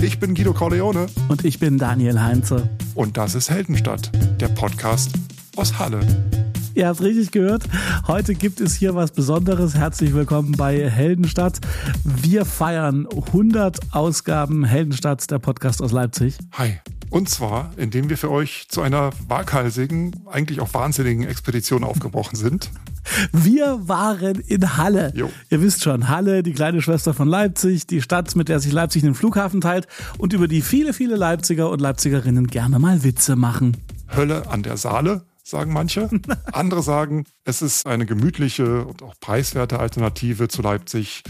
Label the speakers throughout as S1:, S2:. S1: Ich bin Guido Corleone
S2: Und ich bin Daniel Heinze.
S1: und das ist Heldenstadt, der Podcast aus Halle.
S2: Ihr habt richtig gehört. Heute gibt es hier was Besonderes. Herzlich willkommen bei Heldenstadt. Wir feiern 100 Ausgaben Heldenstadt, der Podcast aus Leipzig.
S1: Hi. Und zwar, indem wir für euch zu einer waghalsigen, eigentlich auch wahnsinnigen Expedition aufgebrochen sind.
S2: Wir waren in Halle.
S1: Jo.
S2: Ihr wisst schon, Halle, die kleine Schwester von Leipzig, die Stadt, mit der sich Leipzig den Flughafen teilt und über die viele, viele Leipziger und Leipzigerinnen gerne mal Witze machen.
S1: Hölle an der Saale, sagen manche. Andere sagen, es ist eine gemütliche und auch preiswerte Alternative zu Leipzig.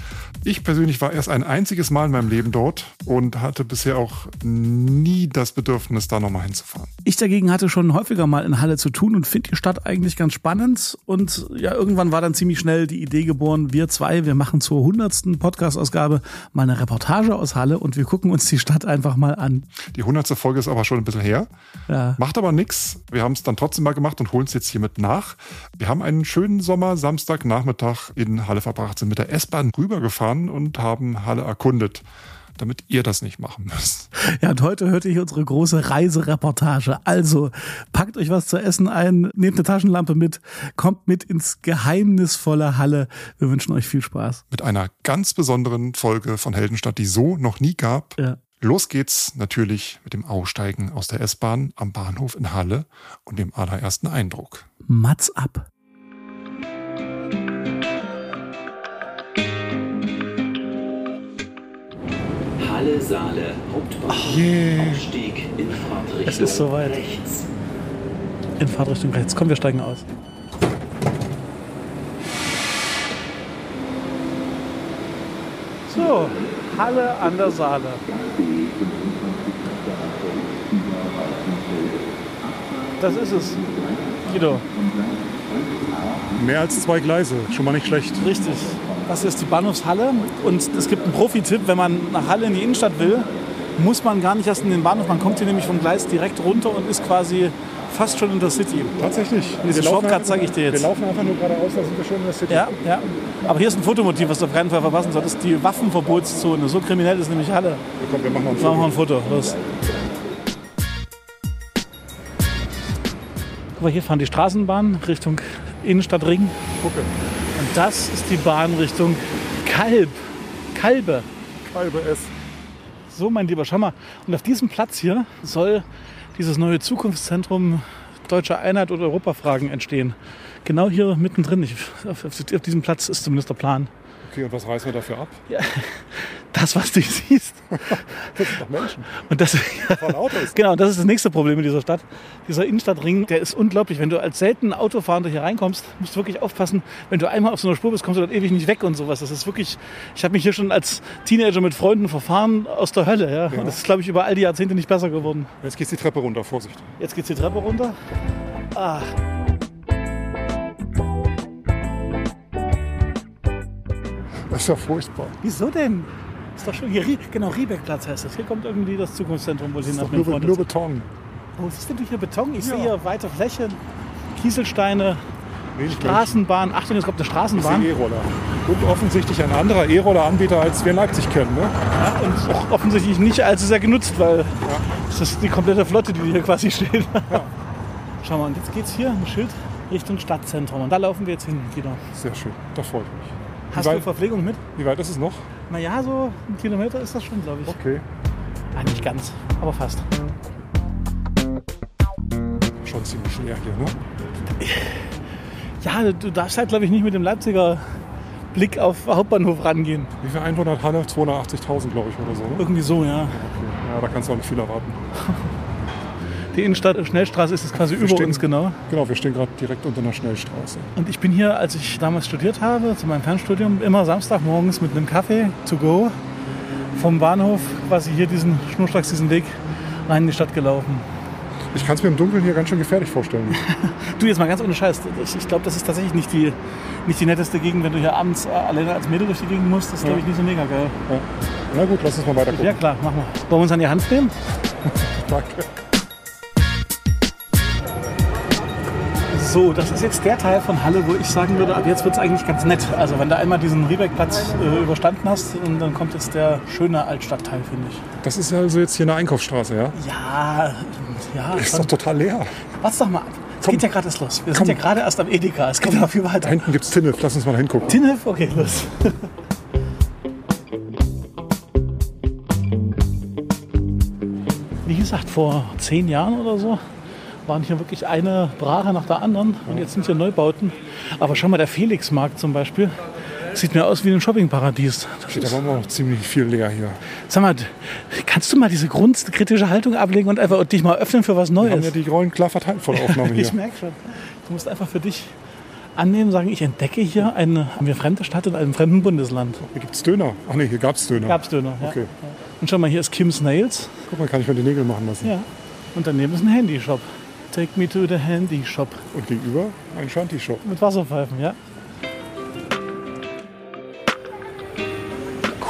S1: Ich persönlich war erst ein einziges Mal in meinem Leben dort und hatte bisher auch nie das Bedürfnis, da nochmal hinzufahren.
S2: Ich dagegen hatte schon häufiger mal in Halle zu tun und finde die Stadt eigentlich ganz spannend. Und ja, irgendwann war dann ziemlich schnell die Idee geboren, wir zwei, wir machen zur 100. Podcast-Ausgabe mal eine Reportage aus Halle und wir gucken uns die Stadt einfach mal an.
S1: Die 100. Folge ist aber schon ein bisschen her.
S2: Ja.
S1: Macht aber nichts. Wir haben es dann trotzdem mal gemacht und holen es jetzt hiermit nach. Wir haben einen schönen Sommer Samstagnachmittag in Halle verbracht, sind mit der S-Bahn rübergefahren und haben Halle erkundet, damit ihr das nicht machen müsst.
S2: Ja, und heute hört ihr hier unsere große Reisereportage. Also, packt euch was zu essen ein, nehmt eine Taschenlampe mit, kommt mit ins geheimnisvolle Halle. Wir wünschen euch viel Spaß.
S1: Mit einer ganz besonderen Folge von Heldenstadt, die so noch nie gab.
S2: Ja.
S1: Los geht's natürlich mit dem Aussteigen aus der S-Bahn am Bahnhof in Halle und dem allerersten Eindruck.
S2: Mats ab.
S3: Halle Saale Hauptbahnhof
S1: Yeah.
S3: Aufstieg in Fahrtrichtung
S2: Es ist soweit.
S3: rechts.
S2: In Fahrtrichtung rechts. Komm, wir steigen aus. So, Halle an der Saale. Das ist es. Guido,
S4: Mehr als zwei Gleise, schon mal nicht schlecht.
S2: richtig. Das ist die Bahnhofshalle und es gibt einen Profi-Tipp, wenn man nach Halle in die Innenstadt will, muss man gar nicht erst in den Bahnhof, man kommt hier nämlich vom Gleis direkt runter und ist quasi fast schon in der City.
S4: Tatsächlich.
S2: diesen Shortcut
S4: einfach-
S2: zeig Also ich dir jetzt.
S4: Wir laufen einfach nur geradeaus, da sind wir schon in der City.
S2: Ja, ja. Aber hier ist ein Fotomotiv, was du auf keinen Fall verpassen solltest. Die Waffenverbotszone. So kriminell ist nämlich Halle.
S4: Komm, wir machen mal ein
S2: Machen wir ein
S4: Foto.
S2: Foto. Los. Guck mal, hier fahren die Straßenbahnen Richtung Innenstadtring.
S4: Gucke.
S2: Und das ist die Bahn Richtung Kalb. Kalbe.
S4: Halbe S.
S2: So, mein Lieber, schau mal. Und auf diesem Platz hier soll dieses neue Zukunftszentrum Deutsche Einheit und Europafragen entstehen. Genau hier mittendrin. Ich, auf, auf, auf diesem Platz ist zumindest der Plan.
S4: Okay, und was reißen wir dafür ab?
S2: das, was du siehst.
S4: Das sind doch Menschen.
S2: Und das,
S4: Von Autos.
S2: genau, das ist das nächste Problem in dieser Stadt. Dieser Innenstadtring, der ist unglaublich. Wenn du als selten Autofahrender hier reinkommst, musst du wirklich aufpassen. Wenn du einmal auf so einer Spur bist, kommst du dann ewig nicht weg und sowas. Das ist wirklich, ich habe mich hier schon als Teenager mit Freunden verfahren aus der Hölle. Ja? Und das ist, glaube ich, über all die Jahrzehnte nicht besser geworden.
S4: Jetzt geht's die Treppe runter, Vorsicht.
S2: Jetzt geht's die Treppe runter. Ah.
S4: Das ist ja furchtbar.
S2: Wieso denn? Ist doch schon hier, Rie- genau, Riebeckplatz heißt das. Hier kommt irgendwie das Zukunftszentrum wohl hin.
S4: Das ist
S2: nach
S4: doch
S2: meinem
S4: nur,
S2: Freund
S4: nur
S2: erzählt.
S4: Beton.
S2: Wo siehst denn du hier Beton? Ich sehe
S4: Ja.
S2: hier weite Flächen, Kieselsteine,
S4: Nee, ich glaub,
S2: Straßenbahn. Achtung, jetzt kommt eine
S4: das ist ein
S2: Straßenbahn.
S4: E-Roller. Und offensichtlich ein anderer E-Roller-Anbieter, als wir in Leipzig kennen. Ne?
S2: Ja, und auch offensichtlich nicht allzu sehr genutzt, weil das ist die komplette Flotte, die hier quasi steht. Schau mal, und jetzt geht's hier ein Schild Richtung Stadtzentrum. Und da laufen wir jetzt hin, Guido.
S4: Sehr schön. Da freut mich.
S2: Hast
S4: Weil-
S2: du Verpflegung mit?
S4: Wie weit ist es noch?
S2: Naja, so ein Kilometer ist das schon, glaube ich.
S4: Okay.
S2: Ah, nicht ganz, aber fast.
S4: Schon ziemlich leer hier, ne?
S2: Ja, du darfst halt, glaube ich, nicht mit dem Leipziger Blick auf Hauptbahnhof rangehen.
S4: Wie viel Einwohner hat Halle? 280.000, glaube ich, oder so. Ne?
S2: Irgendwie so, ja.
S4: Ja, da kannst du auch nicht viel erwarten.
S2: Die Innenstadt, Schnellstraße ist es quasi über
S4: stehen-
S2: uns, genau.
S4: Genau, wir stehen gerade direkt unter einer Schnellstraße.
S2: Und ich bin hier, als ich damals studiert habe, zu meinem Fernstudium, immer Samstagmorgens mit einem Kaffee to go vom Bahnhof quasi hier diesen schnurstracks diesen Weg rein in die Stadt gelaufen.
S4: Ich kann es mir im Dunkeln hier ganz schön gefährlich vorstellen.
S2: Du jetzt mal ganz ohne Scheiß. Ich, ich glaube, das ist tatsächlich nicht die, nicht die netteste Gegend, wenn du hier abends äh, alleine als Mädel durch die Gegend musst. Das ist, glaube ich, nicht so mega geil.
S4: Ja. Na gut, lass uns mal weiter
S2: Ja
S4: gucken.
S2: klar, machen wir. Wollen wir uns an die Hand nehmen?
S4: Danke.
S2: So, So, das ist jetzt der Teil von Halle, wo ich sagen würde, ab jetzt wird es eigentlich ganz nett. Also wenn du einmal diesen Riebeckplatz äh, überstanden hast, und dann kommt jetzt der schöne Altstadtteil, finde ich.
S4: Das ist also jetzt hier eine Einkaufsstraße, ja?
S2: Ja, ja.
S4: Ist doch total leer.
S2: Warte doch mal ab. Es geht ja gerade erst los. Wir sind ja gerade erst am Edeka. Es geht noch viel
S4: Da
S2: weiter.
S4: hinten gibt's Tinnef, lass uns mal hingucken.
S2: Tinef, okay, los. Wie gesagt, vor zehn Jahren oder so waren hier wirklich eine Brache nach der anderen und jetzt sind hier Neubauten. Aber schau mal, der Felixmarkt zum Beispiel sieht mir aus wie ein Shoppingparadies. Das
S4: Da
S2: ist,
S4: war noch ziemlich viel leer hier.
S2: sag mal, kannst du mal diese grundkritische Haltung ablegen und einfach dich mal öffnen für was
S4: Wir haben
S2: Neues?
S4: ja die Rollen klar verteilt vor der Aufnahme hier.
S2: Ich merke schon. Du musst einfach für dich annehmen, sagen, ich entdecke hier eine mir fremde Stadt in einem fremden Bundesland.
S4: Hier gibt's Döner. Ach nee, hier gab's Döner.
S2: Gab's Döner. Ja.
S4: Okay.
S2: Und schau mal, hier ist Kim's Nails.
S4: Guck mal, kann ich mir die Nägel machen lassen.
S2: Ja. Und daneben ist ein Handyshop. Take me to the Handy Shop.
S4: Und gegenüber ein Shanty-Shop.
S2: Mit Wasserpfeifen, ja.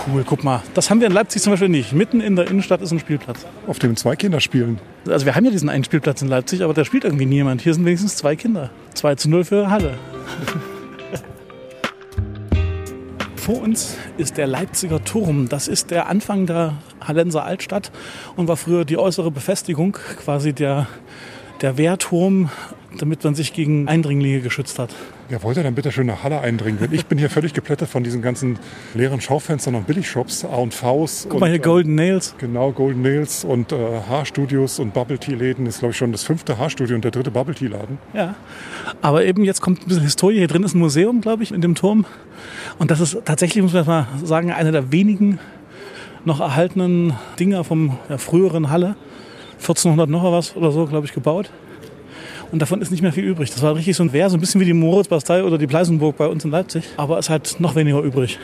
S2: Cool, guck mal. Das haben wir in Leipzig zum Beispiel nicht. Mitten in der Innenstadt ist ein Spielplatz.
S4: Auf dem zwei Kinder spielen.
S2: Also wir haben ja diesen einen Spielplatz in Leipzig, aber da spielt irgendwie niemand. Hier sind wenigstens zwei Kinder. 2 zu 0 für Halle. Vor uns ist der Leipziger Turm. Das ist der Anfang der Hallenser Altstadt und war früher die äußere Befestigung, quasi der, der Wehrturm, damit man sich gegen Eindringlinge geschützt hat.
S4: Ja, wollt ihr dann bitte schön nach Halle eindringen? Denn ich bin hier völlig geplättet von diesen ganzen leeren Schaufenstern und Billigshops, A&Vs.
S2: Guck mal hier, Golden Nails.
S4: Genau, Golden Nails und äh, Haarstudios und Bubble Tea Läden ist, glaube ich, schon das fünfte Haarstudio und der dritte Bubble Tea Laden.
S2: Ja. Aber eben jetzt kommt ein bisschen Historie. Hier drin ist ein Museum, glaube ich, in dem Turm. Und das ist tatsächlich, muss man mal sagen, einer der wenigen noch erhaltenen Dinger vom ja, früheren Halle. 1400 noch was oder so, glaube ich, gebaut. Und davon ist nicht mehr viel übrig. Das war richtig so ein Wehr, so ein bisschen wie die Moritzbastei oder die Pleisenburg bei uns in Leipzig. Aber es hat noch weniger übrig.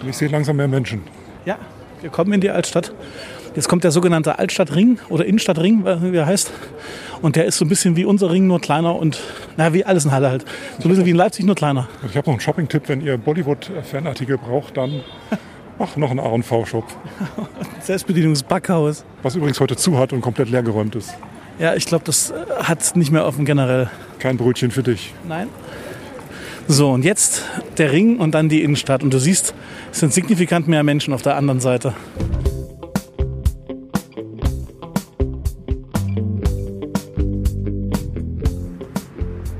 S4: Und ich sehe langsam mehr Menschen.
S2: Ja, wir kommen in die Altstadt. Jetzt kommt der sogenannte Altstadtring oder Innenstadtring, wie er heißt. Und der ist so ein bisschen wie unser Ring, nur kleiner und, naja, wie alles in Halle halt. So ein bisschen wie in Leipzig, nur kleiner.
S4: Und ich habe noch einen Shopping-Tipp, wenn ihr Bollywood-Fanartikel braucht, dann ach, noch einen A&V-Shop.
S2: Selbstbedienungsbackhaus.
S4: Was übrigens heute zu hat und komplett leergeräumt ist.
S2: Ja, ich glaube, das hat nicht mehr offen generell.
S4: Kein Brötchen für dich.
S2: Nein. So, und jetzt der Ring und dann die Innenstadt. Und du siehst, es sind signifikant mehr Menschen auf der anderen Seite.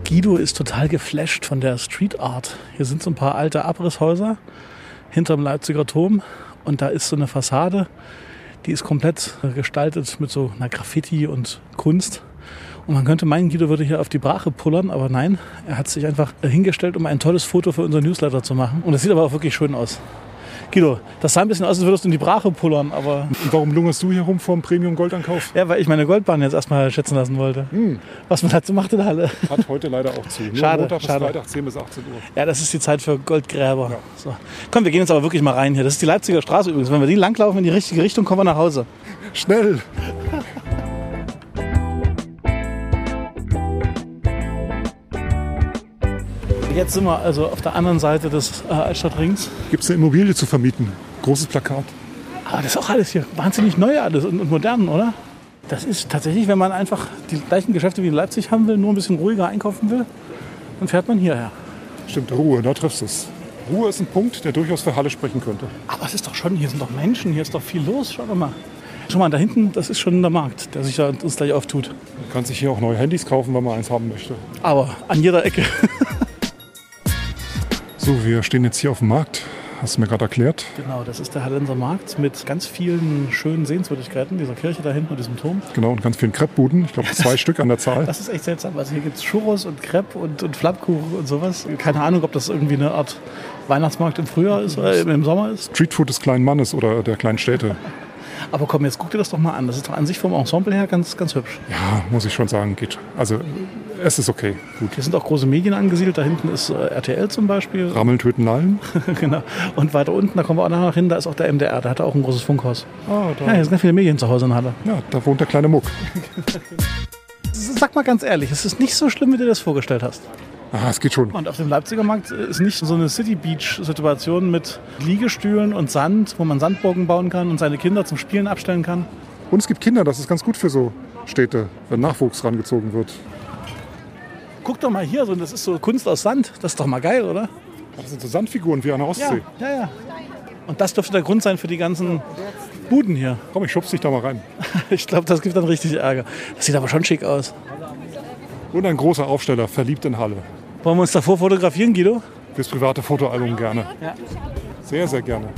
S2: Guido ist total geflasht von der Street Art. Hier sind so ein paar alte Abrisshäuser hinterm Leipziger Turm. Und da ist so eine Fassade, die ist komplett gestaltet mit so einer Graffiti und Kunst. Und man könnte meinen, Guido würde hier auf die Brache pullern, aber nein, er hat sich einfach hingestellt, um ein tolles Foto für unseren Newsletter zu machen. Und das sieht aber auch wirklich schön aus. Guido, das sah ein bisschen aus, als würdest du in die Brache pullern, aber
S4: Und warum lungerst du hier rum vor dem Premium-Goldankauf?
S2: ja, weil ich meine Goldbahn jetzt erstmal schätzen lassen wollte. Was man dazu macht in der Halle.
S4: Hat heute leider auch zu. Nur
S2: Schade,
S4: Montag
S2: schade.
S4: bis Freitag 10 bis 18 Uhr.
S2: Ja, das ist die Zeit für Goldgräber. So. Komm, wir gehen jetzt aber wirklich mal rein hier. Das ist die Leipziger Straße übrigens. Wenn wir die langlaufen in die richtige Richtung, kommen wir nach Hause.
S4: Schnell!
S2: Jetzt sind wir also auf der anderen Seite des äh, Altstadtrings.
S4: Gibt es eine Immobilie zu vermieten? Großes Plakat.
S2: Aber Ah, das ist auch alles hier wahnsinnig neu alles und, und modern, oder? Das ist tatsächlich, wenn man einfach die gleichen Geschäfte wie in Leipzig haben will, nur ein bisschen ruhiger einkaufen will, dann fährt man hierher.
S4: Stimmt, Ruhe, da triffst du es. Ruhe ist ein Punkt, der durchaus für Halle sprechen könnte.
S2: Aber es ist doch schon, hier sind doch Menschen, hier ist doch viel los, schau doch mal. Schau mal, da hinten, das ist schon der Markt, der sich ja uns gleich auftut.
S4: Man kann sich hier auch neue Handys kaufen, wenn man eins haben möchte.
S2: Aber an jeder Ecke.
S4: So, wir stehen jetzt hier auf dem Markt. Hast du mir gerade erklärt.
S2: Genau, das ist der Hallenser Markt mit ganz vielen schönen Sehenswürdigkeiten, dieser Kirche da hinten und diesem Turm.
S4: Genau, und ganz vielen Kreppbuden. Ich glaube, zwei Stück an der Zahl.
S2: Das ist echt seltsam. Also hier gibt es Churros und Crepe und, und Flappkuchen und sowas. Keine Ahnung, ob das irgendwie eine Art Weihnachtsmarkt im Frühjahr ist oder im Sommer ist.
S4: Streetfood des kleinen Mannes oder der kleinen Städte.
S2: Aber komm, jetzt guck dir das doch mal an. Das ist doch an sich vom Ensemble her ganz, ganz hübsch.
S4: Ja, muss ich schon sagen, geht. Also, es ist okay. Gut.
S2: Hier sind auch große Medien angesiedelt. Da hinten ist äh, RTL zum Beispiel.
S4: Rammeln, töten, lallen.
S2: genau. Und weiter unten, da kommen wir auch nachher hin, da ist auch der MDR. Da hat er auch ein großes Funkhaus.
S4: Ah,
S2: Ja,
S4: da,
S2: hier sind ganz viele Medien zu Hause in Halle.
S4: ja, da wohnt der kleine Muck.
S2: Sag mal ganz ehrlich, es ist nicht so schlimm, wie du dir das vorgestellt hast.
S4: Ah, es geht schon.
S2: Und auf dem Leipziger Markt äh, ist nicht so eine City Beach-Situation mit Liegestühlen und Sand, wo man Sandburgen bauen kann und seine Kinder zum Spielen abstellen kann.
S4: Und es gibt Kinder, das ist ganz gut für so Städte, wenn Nachwuchs rangezogen wird.
S2: guck doch mal hier, so, das ist so Kunst aus Sand. Das ist doch mal geil, oder?
S4: Das sind so Sandfiguren wie an der
S2: Ja,
S4: Ostsee.
S2: ja, ja. Und das dürfte der Grund sein für die ganzen Buden hier.
S4: Komm, ich schub's dich da mal rein.
S2: Ich glaube, das gibt dann richtig Ärger. Das sieht aber schon schick aus.
S4: Und ein großer Aufsteller, verliebt in Halle.
S2: Wollen wir uns davor fotografieren, Guido?
S4: Fürs private Fotoalbum gerne.
S2: Ja.
S4: Sehr, sehr gerne.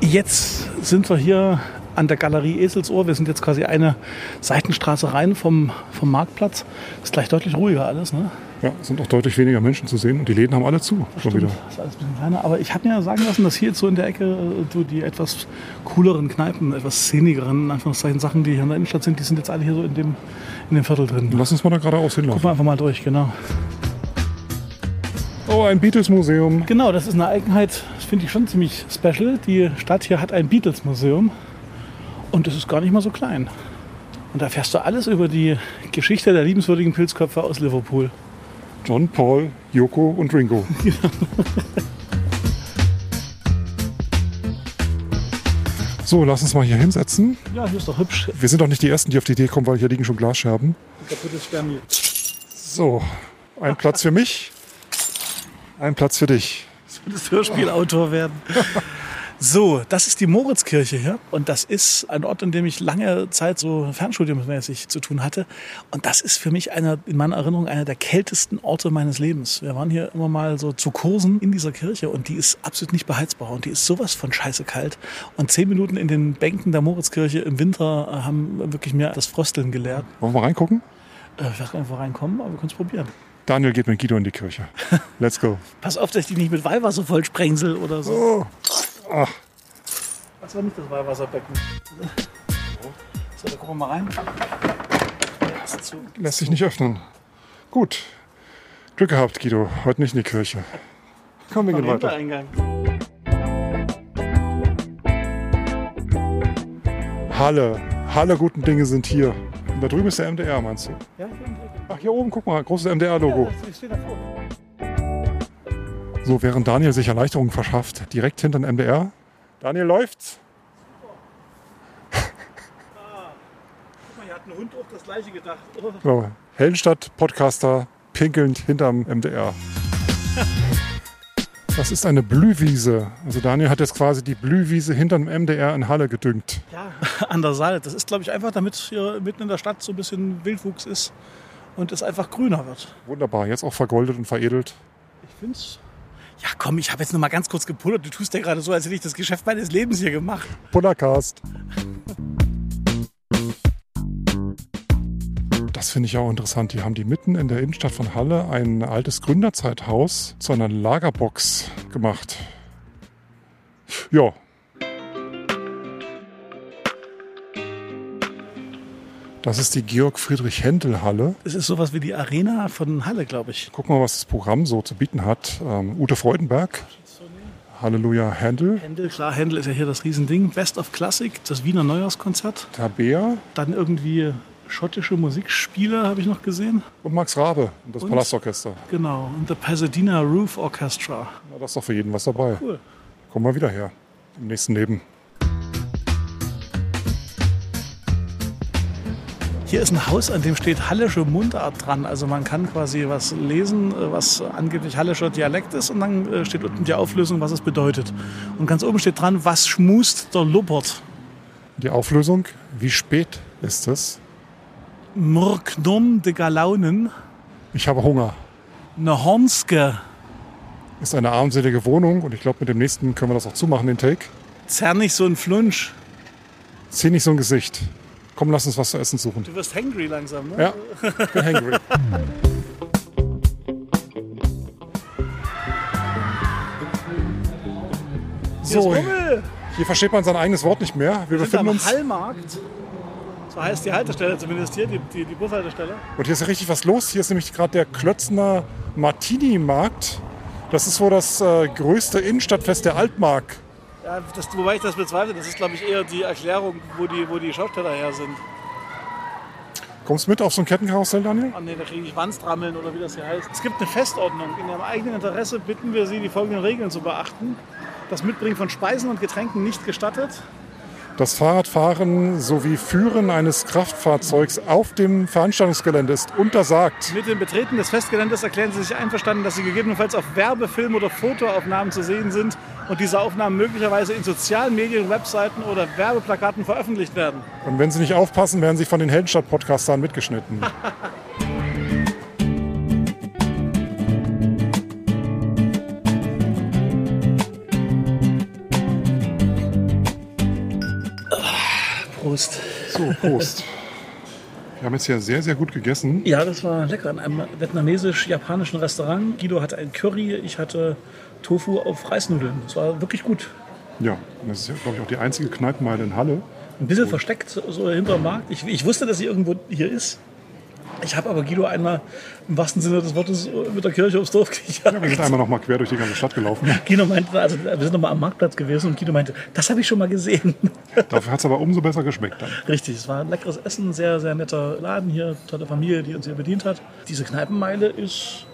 S2: Jetzt sind wir hier an der Galerie Eselsohr. Wir sind jetzt quasi eine Seitenstraße rein vom, vom Marktplatz. Ist gleich deutlich ruhiger alles, ne?
S4: Ja, es sind auch deutlich weniger Menschen zu sehen und die Läden haben alle zu. Schon wieder.
S2: Ist alles ein bisschen kleiner. Aber ich habe mir ja sagen lassen, dass hier jetzt so in der Ecke äh, du die etwas cooleren Kneipen, etwas szenigeren, in Anführungszeichen, Sachen, die hier in der Innenstadt sind, die sind jetzt alle hier so in dem, in dem Viertel drin.
S4: Lass uns mal da geradeaus
S2: Gucken wir
S4: hinlaufen.
S2: einfach mal durch, genau.
S4: Oh, ein Beatles-Museum.
S2: Genau, das ist eine Eigenheit, das finde ich schon ziemlich special. Die Stadt hier hat ein Beatles-Museum und es ist gar nicht mal so klein. Und da fährst du alles über die Geschichte der liebenswürdigen Pilzköpfe aus Liverpool.
S4: John, Paul, Yoko und Ringo. So, lass uns mal hier hinsetzen.
S2: Ja, hier ist doch hübsch.
S4: Wir sind doch nicht die Ersten, die auf die Idee kommen, weil hier liegen schon Glasscherben.
S2: Kaputtes Spermien.
S4: So, ein Platz für mich, ein Platz für dich.
S2: Das Hörspielautor werden. So, das ist die Moritzkirche hier und das ist ein Ort, in dem ich lange Zeit so fernstudiumsmäßig zu tun hatte und das ist für mich einer, in meiner Erinnerung einer der kältesten Orte meines Lebens. Wir waren hier immer mal so zu Kursen in dieser Kirche und die ist absolut nicht beheizbar und die ist sowas von scheiße kalt und zehn Minuten in den Bänken der Moritzkirche im Winter äh, haben wirklich mir das Frösteln gelehrt.
S4: Wollen wir mal reingucken?
S2: Äh, Ich weiß gar nicht, wo wir reinkommen, aber wir können es probieren.
S4: Daniel geht mit Guido in die Kirche. Let's go.
S2: Pass auf, dass ich die nicht mit Weihwasser vollsprengsel oder so.
S4: Oh,
S2: Das war nicht das Weihwasserbecken. So, da gucken wir mal rein. Das ist zu.
S4: lässt sich nicht öffnen. Gut. Glück gehabt, Guido. Heute nicht in die Kirche. Komm, wir gehen weiter.
S2: Hintereingang.
S4: Halle. Halle guten Dinge sind hier. Und da drüben ist der MDR, meinst du?
S2: Ja,
S4: Ach, hier oben, guck mal, großes MDR-Logo.
S2: ich stehe davor.
S4: So, während Daniel sich Erleichterung verschafft, direkt hinter dem MDR. Daniel läuft's.
S2: Guck mal, hier hat ein Hund auch das gleiche gedacht. Oh.
S4: So, Heldenstadt-Podcaster pinkelnd hinterm MDR. Das ist eine Blühwiese. Also Daniel hat jetzt quasi die Blühwiese hinterm MDR in Halle gedüngt.
S2: Ja. An der Saale. Das ist, glaube ich, einfach, damit hier mitten in der Stadt so ein bisschen Wildwuchs ist und es einfach grüner wird.
S4: Wunderbar, jetzt auch vergoldet und veredelt.
S2: Ich finde es. Ja, komm, ich habe jetzt noch mal ganz kurz gepullert. Du tust ja gerade so, als hätte ich das Geschäft meines Lebens hier gemacht.
S4: Bullercast. Das finde ich auch interessant. Die haben die mitten in der Innenstadt von Halle ein altes Gründerzeithaus zu einer Lagerbox gemacht. Ja. Das ist die Georg-Friedrich-Händel-Halle.
S2: Es ist sowas wie die Arena von Halle, glaube ich.
S4: Guck mal, was das Programm so zu bieten hat. Ähm, Ute Freudenberg, Halleluja Händel,
S2: Händel, klar, Händel ist ja hier das Riesending. Best of Classic, das Wiener Neujahrskonzert.
S4: Tabea
S2: Dann irgendwie schottische Musikspiele habe ich noch gesehen.
S4: und Max Rabe und das Palastorchester.
S2: Genau. Und The Pasadena Roof Orchestra.
S4: Na, das ist doch für jeden was dabei.
S2: Cool.
S4: Komm mal wieder her. Im nächsten Leben.
S2: Hier ist ein Haus, an dem steht hallische Mundart dran. Also man kann quasi was lesen, äh, was angeblich hallischer Dialekt ist. Und dann äh, steht unten die Auflösung, was es bedeutet. Und ganz oben steht dran, was schmust der Lubbert?
S4: Die Auflösung, wie spät ist es?
S2: Murknum de Galaunen,
S4: Ich habe Hunger.
S2: ne Hornske,
S4: Ist eine armselige Wohnung und ich glaube, mit dem nächsten können wir das auch zumachen, den Take.
S2: zernig so ein Flunsch.
S4: Zieh nicht so ein Gesicht. Komm, lass uns was zu essen suchen.
S2: Du wirst hangry langsam, ne?
S4: Ja, ich bin hangry. So,
S2: Rummel.
S4: hier versteht man sein eigenes Wort nicht mehr.
S2: Wir
S4: Wir
S2: sind
S4: befinden
S2: am
S4: uns.
S2: Hallmarkt. So heißt die Haltestelle zumindest hier, die, die, die Bushaltestelle.
S4: Und hier ist ja richtig was los. Hier ist nämlich gerade der Klötzner Martini-Markt. Das ist wohl das äh, größte Innenstadtfest der Altmark.
S2: Ja, das, wobei ich das bezweifle, das ist glaube ich eher die Erklärung, wo die, wo die Schausteller her sind.
S4: Kommst mit auf so ein Kettenkarussell, Daniel?
S2: Ah nee, da kriege ich Wandstrammeln oder wie das hier heißt. Es gibt eine Festordnung. In ihrem eigenen Interesse bitten wir Sie, die folgenden Regeln zu beachten. Das Mitbringen von Speisen und Getränken nicht gestattet.
S4: Das Fahrradfahren sowie Führen eines Kraftfahrzeugs auf dem Veranstaltungsgelände ist untersagt.
S2: Mit dem Betreten des Festgeländes erklären sie sich einverstanden, dass sie gegebenenfalls auf Werbefilm- oder Fotoaufnahmen zu sehen sind und diese Aufnahmen möglicherweise in sozialen Medien, Webseiten oder Werbeplakaten veröffentlicht werden.
S4: Und wenn Sie nicht aufpassen, werden Sie von den Heldenstadt-Podcastern mitgeschnitten.
S2: Prost.
S1: So, Prost. Wir haben jetzt ja sehr, sehr gut gegessen.
S2: Ja, das war lecker in einem vietnamesisch-japanischen Restaurant. Guido hatte ein Curry, ich hatte Tofu auf Reisnudeln. Das war wirklich gut.
S1: Ja, und das ist ja, glaube ich, auch die einzige Kneipenmeile in Halle.
S2: Ein bisschen versteckt, so hinterm Markt. Ich, ich wusste, dass sie irgendwo hier ist. Ich habe aber Guido einmal im wahrsten Sinne des Wortes äh, mit der Kirche aufs Dorf gejagt.
S1: Wir sind einmal noch mal quer durch die ganze Stadt gelaufen.
S2: Guido meinte, also wir sind nochmal am Marktplatz gewesen und Guido meinte, das habe ich schon mal gesehen.
S1: Dafür hat es aber umso besser geschmeckt dann.
S2: Richtig, es war ein leckeres Essen, sehr, sehr netter Laden hier, tolle Familie, die uns hier bedient hat. Diese Kneipenmeile ist,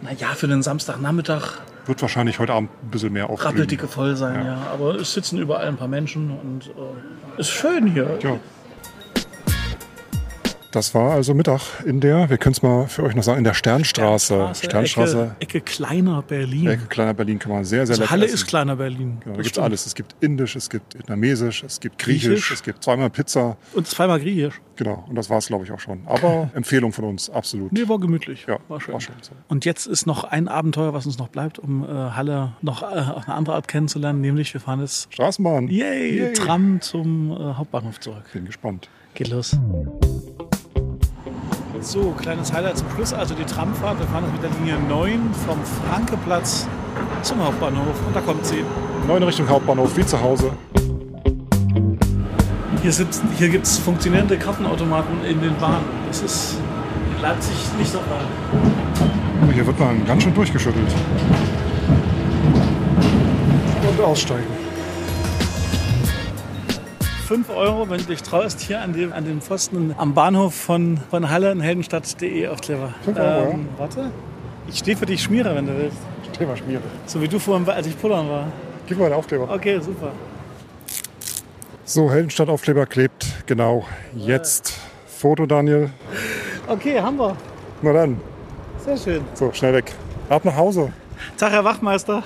S2: naja, für den Samstagnachmittag
S1: Wird wahrscheinlich heute Abend ein bisschen mehr aufblühen.
S2: rappeldicke voll sein, ja. Aber es sitzen überall ein paar Menschen und äh, ist schön hier.
S1: Ja.
S4: Das war also Mittag in der, wir können es mal für euch noch sagen, in der Sternstraße. Sternstraße,
S2: Ecke, Ecke kleiner Berlin.
S4: Ecke kleiner Berlin kann man sehr, sehr
S2: also
S4: lecker
S2: Halle
S4: essen.
S2: ist kleiner Berlin.
S4: Ja, da
S2: Das
S4: gibt es
S2: stimmt.
S4: alles. Es gibt Indisch, es gibt Vietnamesisch, es gibt Griechisch,
S2: Griechisch.
S4: es gibt zweimal Pizza.
S2: Und zweimal griechisch.
S4: Genau, und das war es, glaube ich, auch schon. Aber Empfehlung von uns, absolut.
S2: Nee, war gemütlich.
S4: Ja,
S2: war schön.
S4: war schön so.
S2: Und jetzt ist noch ein Abenteuer, was uns noch bleibt, um äh, Halle noch äh, auf eine andere Art kennenzulernen, nämlich wir fahren jetzt
S4: Straßenbahn.
S2: yay, Tram zum äh, Hauptbahnhof zurück.
S4: Bin gespannt.
S2: Geht los. So, kleines Highlight zum Schluss, also die Tramfahrt. Wir fahren jetzt mit der Linie 9 vom Frankeplatz zum Hauptbahnhof und da kommt sie.
S4: Neun Richtung Hauptbahnhof, wie zu Hause.
S2: Hier, sitzt- hier gibt es funktionierende Kartenautomaten in den Bahnen. Das ist in Leipzig nicht der Fall.
S4: Oh, Hier wird man ganz schön durchgeschüttelt. Und aussteigen.
S2: 5 Euro, wenn du dich traust, hier an dem, an dem Pfosten am Bahnhof von, von Halle in heldenstadt.de aufkleber.
S4: Fünf Euro,
S2: Warte. Ich stehe für dich Schmierer, wenn du willst.
S4: Thema Schmiere.
S2: So wie du vorhin, als ich pullern war.
S4: Gib mal einen Aufkleber.
S2: Okay, super.
S4: So, Heldenstadt-Aufkleber klebt. Genau, jetzt. Foto, Daniel.
S2: Okay, haben wir.
S4: Na dann.
S2: Sehr schön.
S4: So, schnell weg. Ab nach Hause.
S2: Tag, Herr Wachmeister.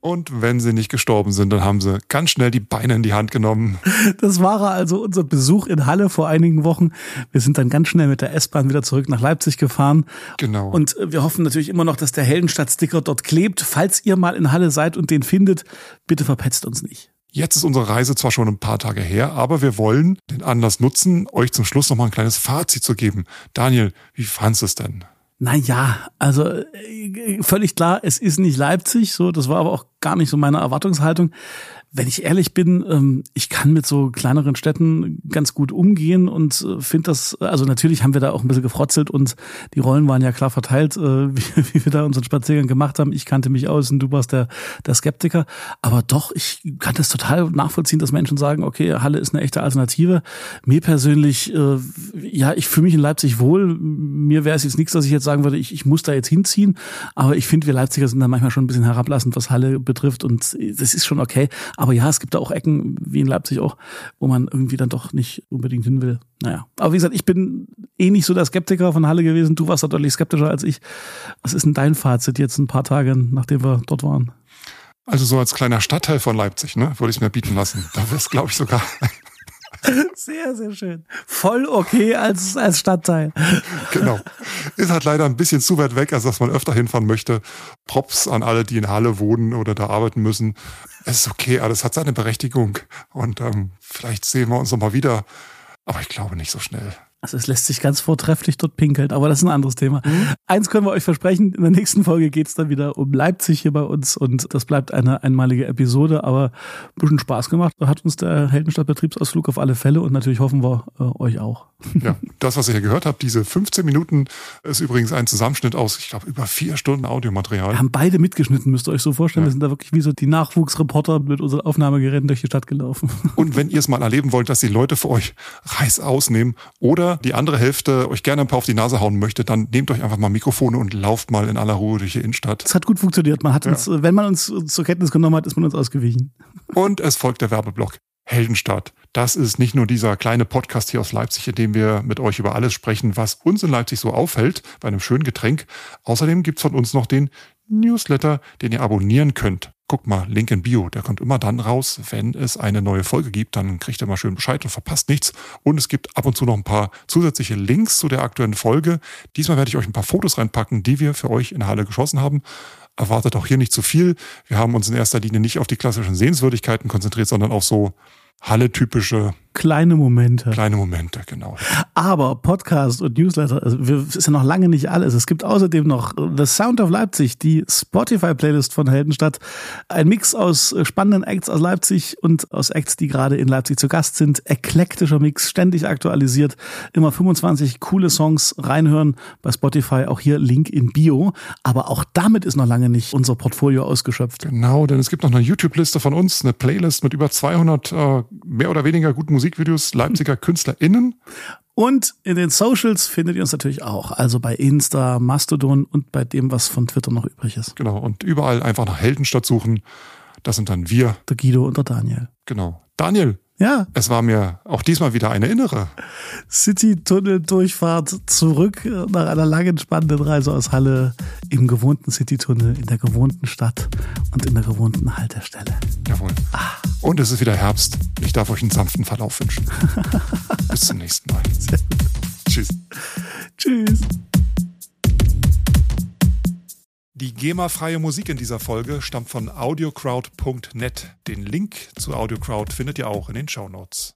S1: Und wenn sie nicht gestorben sind, dann haben sie ganz schnell die Beine in die Hand genommen.
S2: Das war also unser Besuch in Halle vor einigen Wochen. Wir sind dann ganz schnell mit der S-Bahn wieder zurück nach Leipzig gefahren.
S1: Genau.
S2: Und äh, wir hoffen natürlich immer noch, dass der Heldenstadt-Sticker dort klebt. Falls ihr mal in Halle seid und den findet, bitte verpetzt uns nicht.
S1: Jetzt ist unsere Reise zwar schon ein paar Tage her, aber wir wollen den Anlass nutzen, euch zum Schluss nochmal ein kleines Fazit zu geben. Daniel, wie fandst du es denn?
S2: Naja, also äh, völlig klar, es ist nicht Leipzig, so, das war aber auch gar nicht so meine Erwartungshaltung. Wenn ich ehrlich bin, ähm, ich kann mit so kleineren Städten ganz gut umgehen und finde das, also natürlich haben wir da auch ein bisschen gefrotzelt und die Rollen waren ja klar verteilt, äh, wie, wie wir da unseren Spaziergang gemacht haben. Ich kannte mich aus und du warst der, der Skeptiker. Aber doch, ich kann das total nachvollziehen, dass Menschen sagen, okay, Halle ist eine echte Alternative. Mir persönlich, äh, ja, ich fühle mich in Leipzig wohl. Mir wäre es jetzt nichts, dass ich jetzt sagen würde, ich, ich muss da jetzt hinziehen. Aber ich finde, wir Leipziger sind da manchmal schon ein bisschen herablassend, was Halle betrifft. Und das ist schon okay. Aber ja, es gibt da auch Ecken, wie in Leipzig auch, wo man irgendwie dann doch nicht unbedingt hin will. Naja. Aber wie gesagt, ich bin eh nicht so der Skeptiker von Halle gewesen. Du warst da deutlich skeptischer als ich. Was ist denn dein Fazit jetzt ein paar Tage, nachdem wir dort waren?
S1: Also so als kleiner Stadtteil von Leipzig, ne, würde ich mir bieten lassen. Da wär's, glaube ich, sogar.
S2: Sehr, sehr schön. Voll okay als, als Stadtteil.
S1: genau. Ist halt leider ein bisschen zu weit weg, als dass man öfter hinfahren möchte. Props an alle, die in Halle wohnen oder da arbeiten müssen. Es ist okay, alles hat seine Berechtigung. Und ähm, vielleicht sehen wir uns nochmal wieder. Aber ich glaube nicht so schnell.
S2: Also es lässt sich ganz vortrefflich dort pinkeln, aber das ist ein anderes Thema. Eins können wir euch versprechen, in der nächsten Folge geht's dann wieder um Leipzig hier bei uns und das bleibt eine einmalige Episode, aber ein bisschen Spaß gemacht hat uns der Heldenstadt-Betriebsausflug auf alle Fälle und natürlich hoffen wir äh, euch auch.
S1: Ja, das, was ihr hier gehört habt, diese 15 Minuten, ist übrigens ein Zusammenschnitt aus, ich glaube, über vier Stunden
S2: Wir
S1: Audiomaterial.
S2: haben beide mitgeschnitten, müsst ihr euch so vorstellen. Wir sind da wirklich wie so die Nachwuchsreporter mit unseren Aufnahmegeräten durch die Stadt gelaufen.
S1: Und wenn ihr es mal erleben wollt, dass die Leute für euch Reis ausnehmen oder ihr die andere Hälfte euch gerne ein paar auf die Nase hauen möchtet, dann nehmt euch einfach mal Mikrofone und lauft mal in aller Ruhe durch die Innenstadt.
S2: Es hat gut funktioniert. Man hat uns, äh, wenn man uns äh, zur Kenntnis genommen hat, ist man uns ausgewichen.
S1: Und es folgt der Werbeblock. Heldenstadt. Das ist nicht nur dieser kleine Podcast hier aus Leipzig, in dem wir mit euch über alles sprechen, was uns in Leipzig so auffällt, bei einem schönen Getränk. Außerdem gibt's von uns noch den Newsletter, den ihr abonnieren könnt. Guckt mal, Link in Bio, der kommt immer dann raus, wenn es eine neue Folge gibt, dann kriegt ihr mal schön Bescheid und verpasst nichts. Und es gibt ab und zu noch ein paar zusätzliche Links zu der aktuellen Folge. Diesmal werde ich euch ein paar Fotos reinpacken, die wir für euch in Halle geschossen haben. Erwartet auch hier nicht zu viel. Wir haben uns in erster Linie nicht auf die klassischen Sehenswürdigkeiten konzentriert, sondern auf so Halle-typische
S2: Kleine Momente.
S1: kleine Momente, genau.
S2: Aber Podcast und Newsletter also wir- es ist ja noch lange nicht alles. Es gibt außerdem noch äh, The Sound of Leipzig, die Spotify-Playlist von Heldenstadt. Ein Mix aus äh, spannenden Acts aus Leipzig und aus Acts, die gerade in Leipzig zu Gast sind. Eklektischer Mix, ständig aktualisiert. Immer 25 coole Songs reinhören bei Spotify. Auch hier Link in Bio. Aber auch damit ist noch lange nicht unser Portfolio ausgeschöpft.
S1: Genau, denn es gibt noch eine YouTube-Liste von uns, eine Playlist mit über 200 äh, mehr oder weniger guten Musikvideos Leipziger KünstlerInnen.
S2: Und in den Socials findet ihr uns natürlich auch. Also bei Insta, Mastodon und bei dem, was von Twitter noch übrig ist.
S1: Genau, und überall einfach nach Heldenstadt suchen. Das sind dann wir.
S2: Der Guido und der Daniel.
S1: Genau. Daniel,
S2: Ja,
S1: es war mir auch diesmal wieder eine innere.
S2: City-Tunnel-Durchfahrt zurück nach einer langen, spannenden Reise aus Halle im gewohnten City-Tunnel, in der gewohnten Stadt und in der gewohnten Haltestelle.
S1: Jawohl. Und es ist wieder Herbst. Ich darf euch einen sanften Verlauf wünschen. Bis zum nächsten Mal. Tschüss.
S2: Tschüss.
S1: Die GEMA-freie Musik in dieser Folge stammt von audiocrowd.net. Den Link zu Audiocrowd findet ihr auch in den Shownotes.